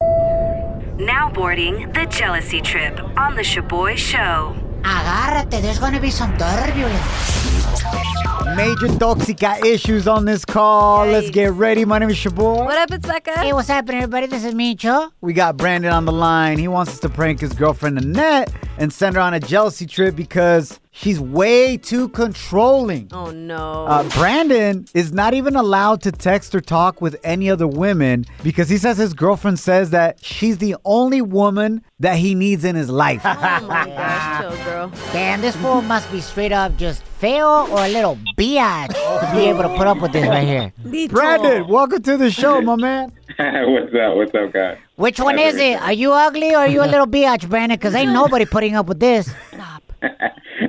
Now boarding the jealousy trip on the Shaboy Show. Agárrate, there's gonna be some turbulence. Major toxica issues on this call. Let's get ready. My name is Shaboy. What up? It's Hey, Becca. what's up, everybody? This is Micho. We got Brandon on the line. He wants us to prank his girlfriend Annette and send her on a jealousy trip because she's way too controlling. Oh no. Uh, Brandon is not even allowed to text or talk with any other women because he says his girlfriend says that she's the only woman that he needs in his life. oh my Uh, gosh, chill, girl. Damn, this fool must be straight up just fail or a little biatch to be able to put up with this right here. Brandon, welcome to the show, my man. What's up? What's up, guys? Which one is it? Are you ugly or are you a little biatch, Brandon? Because ain't nobody putting up with this.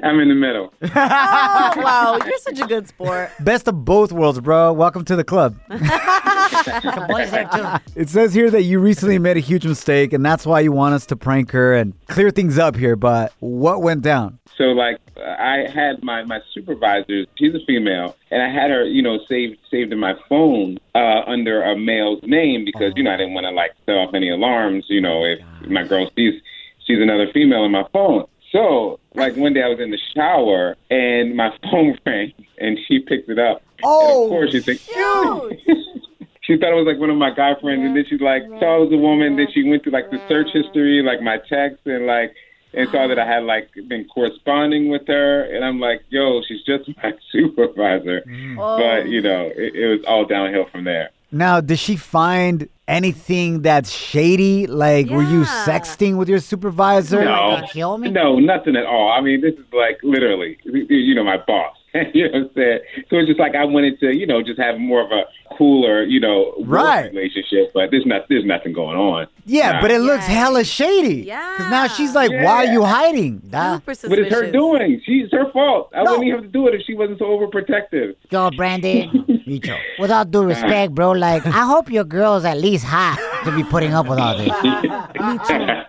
I'm in the middle. Oh wow, you're such a good sport. Best of both worlds, bro. Welcome to the club. The boys there too. It says here that you recently made a huge mistake and that's why you want us to prank her and clear things up here, but what went down? So, like, I had my my supervisor. She's a female, and I had her, you know, saved saved in my phone uh, under a male's name because you know I didn't want to like set off any alarms. You know, if my girl sees she's another female in my phone. So, like, one day I was in the shower and my phone rang, and she picked it up. and Oh, of course, she thinks. she thought it was like one of my guy friends, and then she like saw it was a woman. Then she went through like the search history, like my texts, and like and saw that I had like been corresponding with her. And I'm like, yo, she's just my supervisor. Oh. But you know, it, it was all downhill from there. Now, did she find anything that's shady? Like, were you Yeah. sexting with your supervisor? No, God, kill me? no, nothing at all. I mean, this is like literally, you- you know, my boss. you know what I'm saying? So it's just like I wanted to, you know, just have more of a cooler, you know, work Right. relationship. But there's not, there's nothing going on. Yeah, Nah. but it looks Yeah. hella shady. Because now Yeah. she's like, why are you hiding? Ah. Nah. Super suspicious. But it's her doing. She's her fault. I wouldn't even have to do it if she wasn't so overprotective. Yo, Brandon, Micho. with all due respect, bro, like, I hope your girl's at least hot to be putting up with all this. yeah,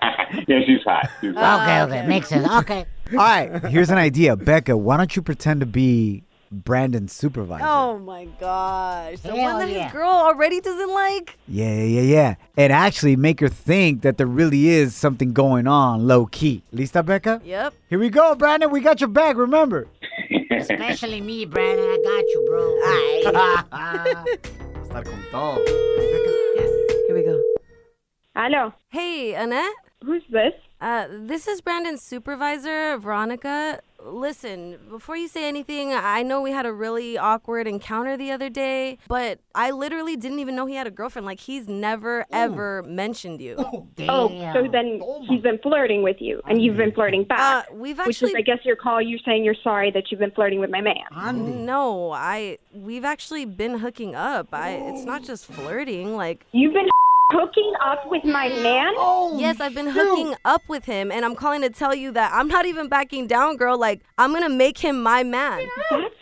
she's hot. She's hot. Uh, Okay, okay, makes sense. Okay. All right, here's an idea. Becca, why don't you pretend to be Brandon's supervisor? Oh my gosh. The Hell one that yeah. his girl already doesn't like. Yeah, yeah, yeah. And actually make her think that there really is something going on low key. Lista, Becca? Yep. Here we go, Brandon. We got your back, remember? Especially me, Brandon. I got you, bro. Yes. Here we go. Hello, Hey, Annette. who's this? Uh, this is Brandon's supervisor, Veronica. Listen, before you say anything, I know we had a really awkward encounter the other day, but I literally didn't even know he had a girlfriend. Like, he's never, ever mentioned you. Oh, so then he's been flirting with you, and you've been flirting Uh, back, we've which actually. is, I guess, your call. You saying you're sorry that you've been flirting with my man. no, I we've actually been hooking up. I it's not just flirting. Like You've been hooking up with my man. yes, I've been hooking up with him, and I'm calling to tell you that I'm not even backing down, girl. Like I'm gonna make him my man. That's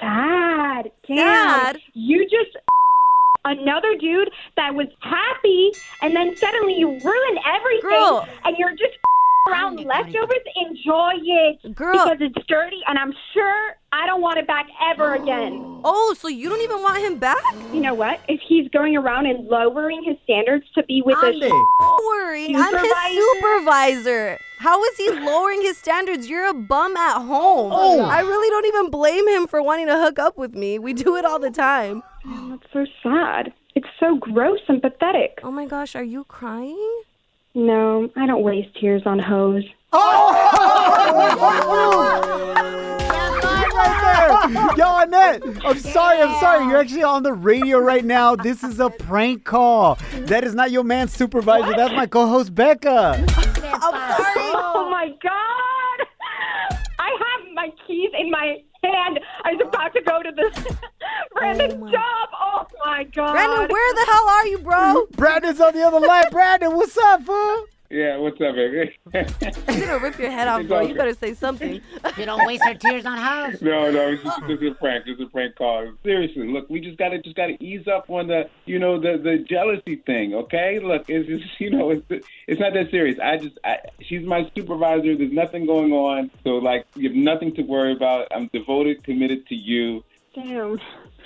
sad. Damn. Sad? You just another dude that was happy, and then suddenly you ruin everything, Girl. and you're just around leftovers. Enjoy it, Girl. because it's dirty, and I'm sure I don't want it back ever again. Oh, so you don't even want him back? You know what? If he's going around and lowering his standards to be with us, Andy. lowering. I'm his supervisor. How is he lowering his standards? You're a bum at home. I really don't even blame him for wanting to hook up with me. We do it all the time. that's so sad. It's so gross and pathetic. Oh my gosh, are you crying? No, I don't waste tears on hoes. Yo, Annette, I'm sorry, I'm sorry. You're actually on the radio right now. This is a prank call. That is not your man's supervisor. That's my co-host Becca. I'm sorry. Oh my god! I have my keys in my hand. I was about to go to the Brandon's job. Oh my god. Brandon, where the hell are you, bro? Brandon's on the other line. Brandon, what's up, fool? Yeah, what's up, baby? I'm gonna rip your head off, bro. You better say something. You don't waste her tears on house. no, no, it's just, this is a prank. This is a prank call. Seriously, look, we just gotta just gotta ease up on the you know the the jealousy thing. Okay, look, it's just you know it's it's not that serious. I just I, she's my supervisor. There's nothing going on, so like you have nothing to worry about. I'm devoted, committed to you. Damn.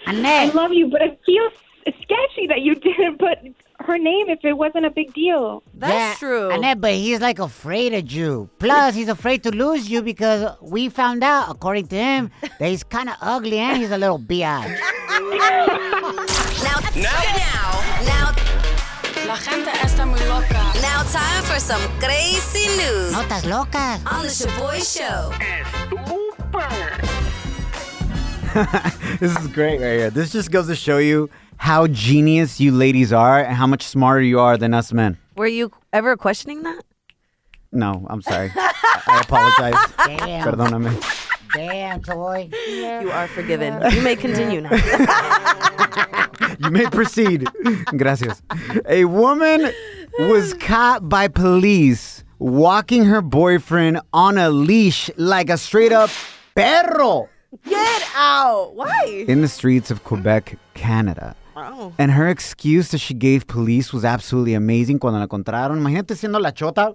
I Annette, love you, but it feels sketchy that you didn't put her name if it wasn't a big deal. That's yeah, true. Annette, but he's like afraid of you. Plus, he's afraid to lose you because we found out, according to him, that he's kind of ugly and he's a little biatch. Now, now, Now, La gente está muy loca. now time for some crazy news Notas locas. on the Shaboy Show. This is great right here. This just goes to show you how genius you ladies are and how much smarter you are than us men. Were you ever questioning that? No, I'm sorry. I I apologize. Damn, Perdóname. damn, toy. You are forgiven. You may continue now. You may proceed. Gracias. A woman was caught by police walking her boyfriend on a leash like a straight up perro Get out. Why? in the streets of Quebec, Canada. Oh. And her excuse that she gave police was absolutely amazing cuando la encontraron. Imagínate siendo la chota.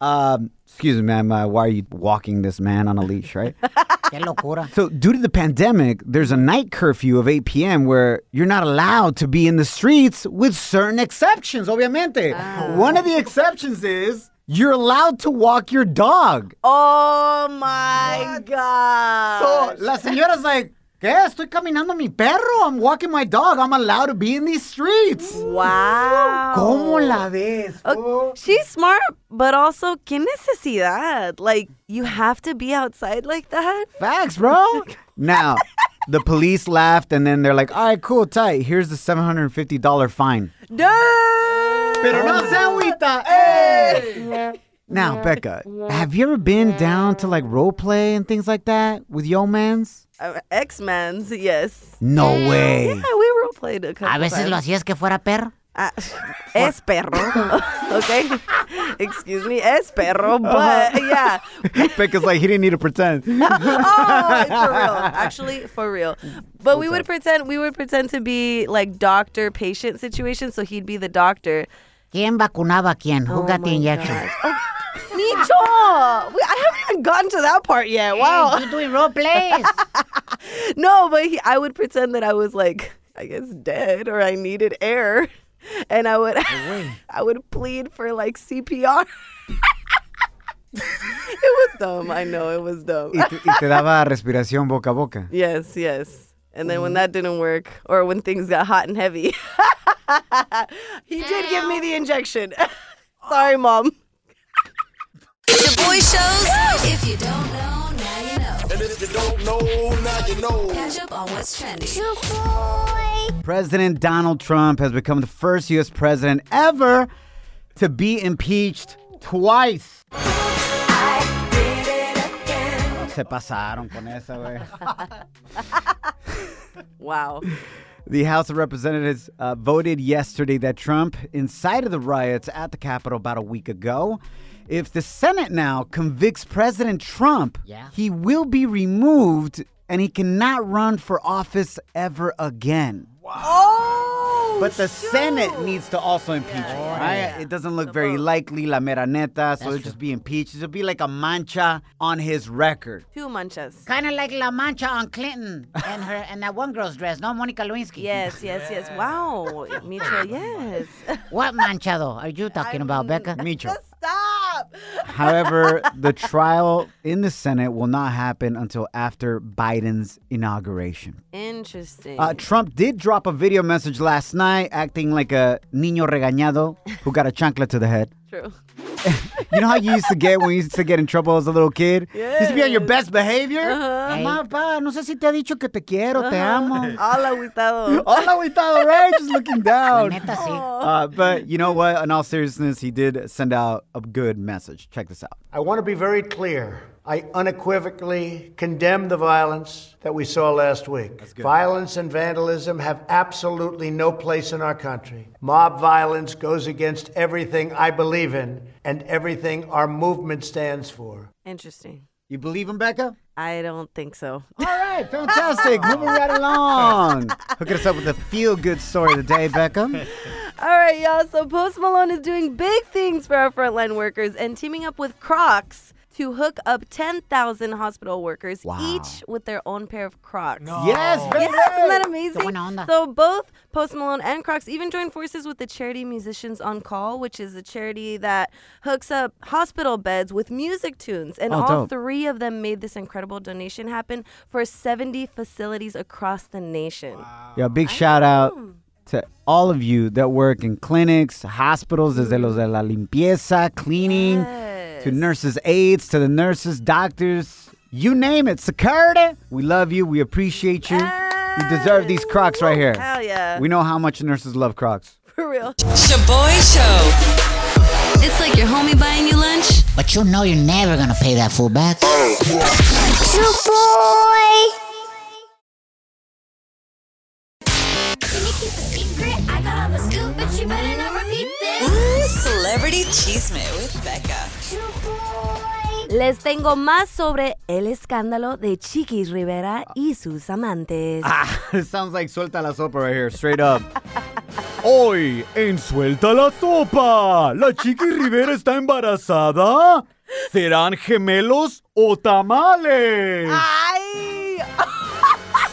um, excuse me, ma'am. Uh, why are you walking this man on a leash, right? Qué locura. So, due to the pandemic, there's a night curfew of 8 p.m. where you're not allowed to be in the streets with certain exceptions, obviamente. Ah. One of the exceptions is you're allowed to walk your dog. Oh my god. So, la señora's like, ¿Qué? Estoy caminando mi perro. I'm walking my dog. I'm allowed to be in these streets. wow. ¿Cómo la ves? Uh, fool? She's smart, but also, ¿qué necesidad? Like, you have to be outside like that? Facts, bro. now, the police laughed and then they're like, all right, cool, tight. Here's the $750 fine. No! Pero no se agüita. Hey! Now, Becca, have you ever been down to like role play and things like that with yo mans? Uh, X-Men's, yes. No way. Yeah, we role played a couple A veces lo times. hacías que fuera perro. Ah, es perro, okay? Excuse me, es perro, but yeah. Becca's like, he didn't need to pretend. oh, for real. Actually, for real. But we would pretend we would pretend to be like doctor patient situation. So he'd be the doctor. ¿Quién vacunaba a quién? Who Oh got the my injection? gosh. Oh, Nicho! We- I haven't even gotten to that part yet. Wow. Hey, you doing role plays? No, but he, I would pretend that I was like, I guess dead or I needed air, and I would, I would plead for like CPR. it was dumb. I know it was dumb. y, te, y te daba respiración boca a boca. Yes, yes. And then when that didn't work, or when things got hot and heavy, he did give me the injection. Sorry, mom. Shaboy Shows. If you don't know, now you know. And if you don't know, now you know. Catch up on what's trending. President Donald Trump has become the first U.S. president ever to be impeached twice. Se pasaron con esa, güey. Wow. The House of Representatives uh, voted yesterday that Trump incited the riots at the Capitol about a week ago. If the Senate now convicts President Trump, Yeah. he will be removed and he cannot run for office ever again. Oh! But the Senate needs to also impeach him. right? It doesn't look very likely, la mera neta, so it'll just be impeached. It'll be like a mancha on his record. Two manchas. kind of like La Mancha on Clinton and her and that one girl's dress, no? Monica Lewinsky. Yes, yes, yes. Wow. Mitra, yes. What mancha though are you talking about, Becca? Micho. Stop! However, the trial in the Senate will not happen until after Biden's inauguration. Interesting. Uh, Trump did drop a video message last night acting like a niño regañado who got a chancla to the head. True. You know how you used to get when you used to get in trouble as a little kid? You used to be on your best behavior. Uh-huh. Mamá, pa, no sé si te ha dicho que te quiero, te amo. All aguitado. All aguitado, right? Just looking down. Neta, sí. Uh, but you know what? In all seriousness, he did send out a good message. Check this out. I want to be very clear. I unequivocally condemn the violence that we saw last week. Violence and vandalism have absolutely no place in our country. Mob violence goes against everything I believe in and everything our movement stands for. Interesting. You believe him, Becca? I don't think so. All right, fantastic. Moving right along. Hook us up with a feel good story of the day, Becca. All right, y'all. So Post Malone is doing big things for our frontline workers and teaming up with Crocs to hook up 10,000 hospital workers, each with their own pair of Crocs. Yes, Yes, baby. isn't that Buena amazing? onda. So both Post Malone and Crocs even joined forces with the charity Musicians on Call, which is a charity that hooks up hospital beds with music tunes. And Oh, all dope. three of them made this incredible donation happen for 70 facilities across the nation. Yeah, big shout out to all of you that work in clinics, hospitals, desde los de la limpieza, cleaning, to nurses' aides, to the nurses, doctors, you name it, security. We love you. We appreciate you. You deserve these Crocs right here. Hell yeah. We know how much nurses love Crocs. For real. Shaboy Show. It's like your homie buying you lunch. But you know you're never gonna pay that fool back. Celebrity Cheesemate with Becca. Les tengo más sobre el escándalo de Chiquis Rivera y sus amantes. it sounds like Suelta la Sopa right here, straight up. Hoy en Suelta la Sopa, la Chiqui Rivera está embarazada. ¿Serán gemelos o tamales? Ay,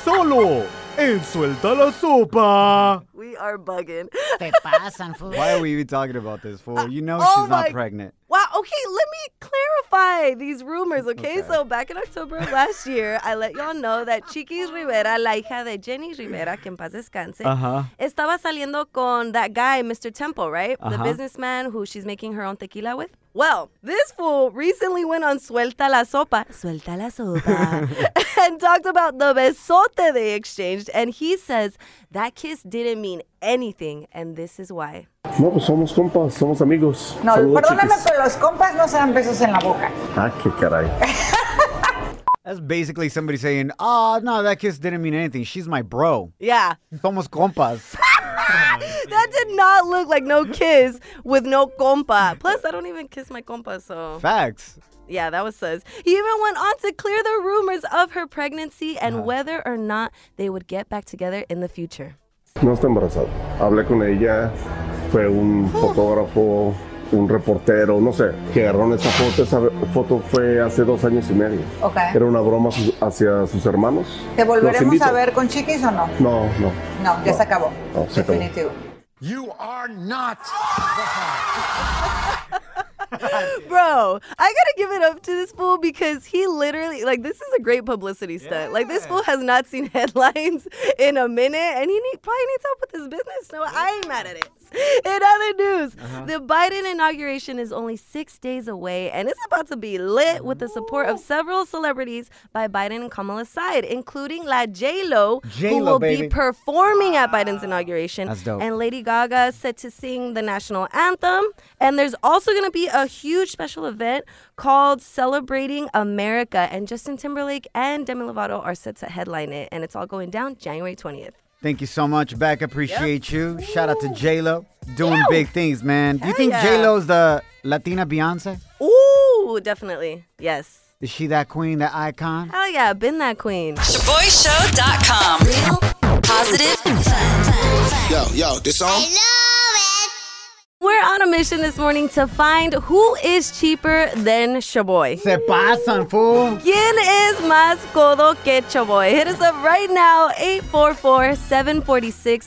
Solo en Suelta la Sopa. we are bugging. Te pasan, fool. Why are we even talking about this for? You know Oh she's not my- pregnant. Wow, okay, let me clarify these rumors, okay? So, back in October of last year, I let y'all know that Chiquis Rivera, la hija de Jenny Rivera, que en paz descanse, Uh-huh. estaba saliendo con that guy, Mr. Temple, right? Uh-huh. The businessman who she's making her own tequila with. Well, this fool recently went on Suelta la Sopa, Suelta la Sopa, and talked about the besote they exchanged. And he says that kiss didn't mean anything, and this is why. No, pues somos compas, somos amigos. No, Saludos, perdóname, chiquis. pero los compas no se dan besos en la boca. Ah, qué caray. That's basically somebody saying, oh, no, that kiss didn't mean anything. She's my bro. Yeah, Somos compas. that did not look like no kiss with no compa. Plus, I don't even kiss my compa, so. Facts. Yeah, that was sus. He even went on to clear the rumors of her pregnancy and whether or not they would get back together in the future. No está embarazada. Hablé con ella, fue un fotógrafo, un reportero, no sé, que agarraron esa foto. Esa foto fue hace dos años y medio. Ok. Era una broma su- hacia sus hermanos. ¿Te Los volveremos invito. a ver con chiquis o no? No, no. No, ya No. se acabó. No, se acabó. Definitivo. You are not. Bro, I gotta give it up to this fool because he literally, like, this is a great publicity stunt. Like, this fool has not seen headlines in a minute and he need, probably needs help with his business. So I ain't mad at it. In other news, the Biden inauguration is only six days away and it's about to be lit with the support of several celebrities by Biden and Kamala's side, including La J-Lo, who J-Lo, will baby. be performing at Biden's inauguration. Ah, That's dope. And Lady Gaga is set to sing the national anthem. And there's also going to be a huge special event called Celebrating America. And Justin Timberlake and Demi Lovato are set to headline it. And it's all going down January 20th. Thank you so much, Beck. Appreciate you. Shout out to J-Lo. Doing Yo. big things, man. Do you Hell think yeah. J-Lo's the Latina Beyonce? Ooh, definitely. Yes. Is she that queen, that icon? Hell yeah, been that queen. ShaboyShow.com. Yo, yo, this song? We're on a mission this morning to find who is cheaper than Shaboy. Se pasan, fool. ¿Quién es más codo que Choboy? Hit us up right now,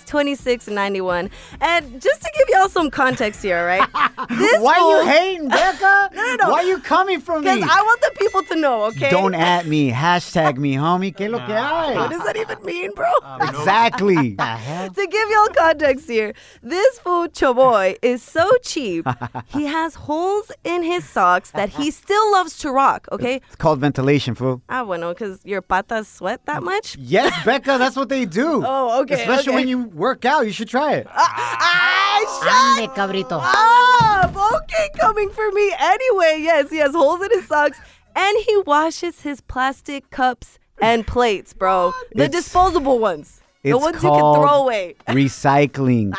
844-746-2691. And just to give y'all some context here, all right? This Why fool, you hating, Becca? No, no, no. Why you coming from me? Because I want the people to know, okay? Don't at me. Hashtag me, homie. Que lo que What hay? does that even mean, bro? Um, Exactly. to give y'all context here, this fool Choboy is so cheap. he has holes in his socks that he still loves to rock, okay? It's called ventilation, fool. I don't know, because your patas sweat that much? Yes, Becca, that's what they do. Oh, okay, Especially okay. when you work out, you should try it. Ah, shut Ande, cabrito. up. Okay, coming for me anyway. Yes, he has holes in his socks and he washes his plastic cups and plates, bro. The It's- disposable ones. The It's ones you can called throw away. Recycling.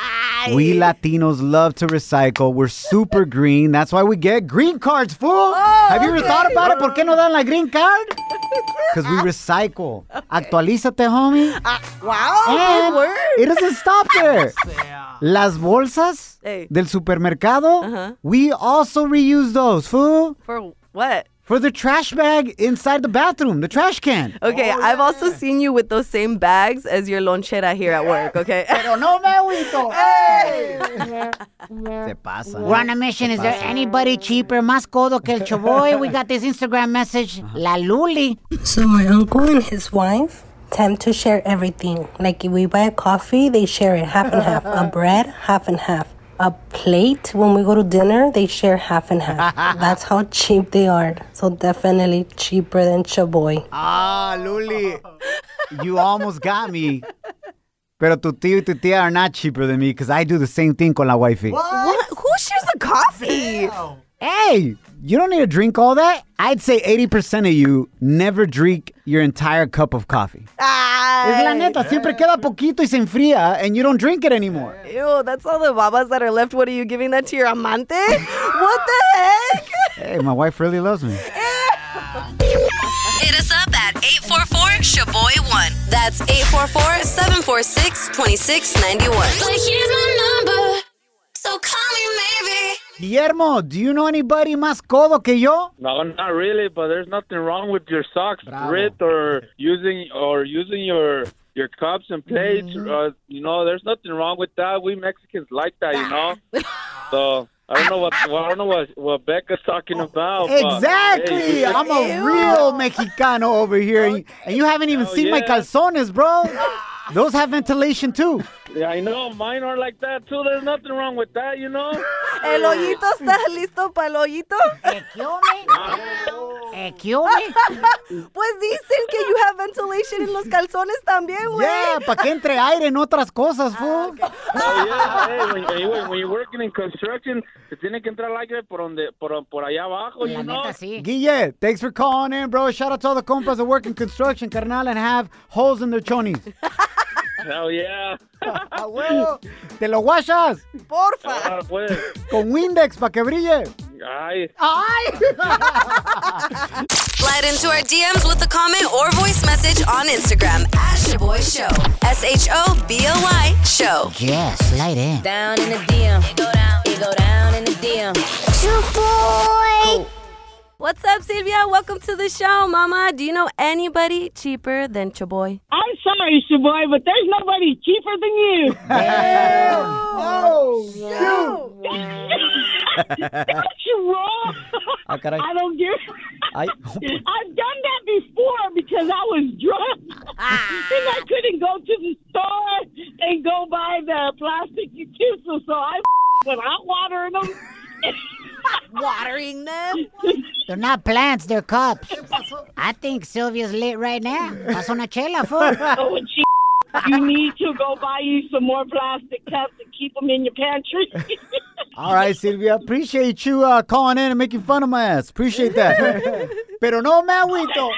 We Latinos love to recycle. We're super green. That's why we get green cards, fool. Oh, Have you ever thought about it? ¿Por qué no dan la green card? Because we recycle. Actualízate, homie. Wow, And good Oh, word. It doesn't stop there. Las bolsas Hey. del supermercado, Uh-huh. we also reuse those, fool. For what? For the trash bag inside the bathroom, the trash can. Okay, I've also seen you with those same bags as your lonchera here at work, okay? Pero no me Oh, agüito. Te pasa. We're on a mission. Is there anybody cheaper, más codo que el choboy? We got this Instagram message, La Luli. So my uncle and his wife tend to share everything. Like if we buy coffee, they share it half and half. A bread, half and half. A plate when we go to dinner, they share half and half. That's how cheap they are. So definitely cheaper than Chaboy. Ah, Luli, you almost got me. Pero tu tío y tu tía are not cheaper than me because I do the same thing con la wifey. What? Who shares a coffee? Hey, you don't need to drink all that. I'd say 80% of you never drink your entire cup of coffee. Ah, Es la neta, siempre queda poquito y se enfría and you don't drink it anymore. Ew, that's all the babas that are left. What are you giving that to your amante? what the heck? Hey, my wife really loves me. Hit us up at 844 Shaboy1. That's 844 746 here's my number, so call me maybe. Guillermo, do you know anybody más codo que yo? No, not really. But there's nothing wrong with your socks grit or using or using your your cups and plates. Uh, you know, there's nothing wrong with that. We Mexicans like that. You know, so. I don't know what well, I don't know what, what Becca's talking about. but, hey, Exactly. I'm a real Mexicano over here. And, and you haven't even Hell seen my yeah. calzones, bro. Those have ventilation too. yeah, I know mine are like that too. There's nothing wrong with that, you know. El hoyito, ¿estás listo para el hoyito? Eh, Eh, Pues dicen que you have ventilation en los calzones también, güey. Yeah, para que entre aire en otras cosas, fool. Oh, yeah, hey, when, when, you- when you're working in construction, se tiene que entrar al aire por donde por, por allá abajo, you know. Guille, thanks for calling in, bro. Shout out to all the compas that work in construction, carnal, and have holes in their chonies. Hell yeah. Te lo guachas Ah, pues. con Windex para que brille. Ay. Slide into our DMs with a comment or voice message on Instagram at Shaboy Show. S H O B O Y Show. Yes, slide in. Down in the DM. It go down. It go down in the DM. boy. What's up, Silvia? Welcome to the show, Mama. Do you know anybody cheaper than Chaboy? I'm sorry, Shaboy, but there's nobody cheaper than you. oh, Shaboy, Ah, caray. I don't give. Ay. I've done that before because I was drunk and I couldn't go to the store and go buy the plastic utensils, so I went out watering them. Watering them? They're not plants, they're cups. I think Sylvia's lit right now. Pasa una chela, Oh, fool. gee, you need to go buy you some more plastic cups and keep them in your pantry. All right, Silvia, appreciate you uh, calling in and making fun of my ass. Appreciate that. Pero no me agüito.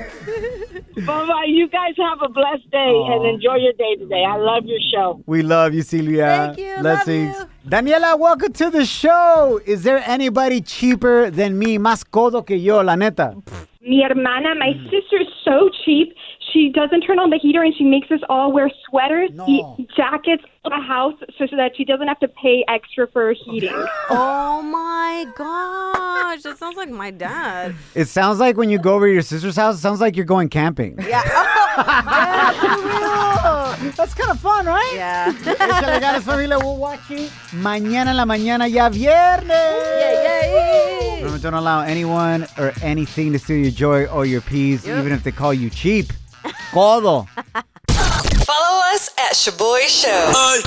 Bye bye. You guys have a blessed day and enjoy your day today. I love your show. We love you, Silvia. Thank you. Blessings. Daniela, welcome to the show. Is there anybody cheaper than me? Más codo que yo, la neta. Mi hermana, my sister's so cheap. She doesn't turn on the heater and she makes us all wear sweaters, y- jackets, for the house so, so that she doesn't have to pay extra for heating. Oh my gosh, that sounds like my dad. It sounds like when you go over to your sister's house, it sounds like you're going camping. Yeah. Oh, That's kind of fun, right? Yeah. Échale ganas, familia. We're watching Mañana en la mañana ya viernes. Remember, don't allow anyone or anything to steal your joy or your peace, even if they call you cheap. Codo. Follow us at Shaboy Show.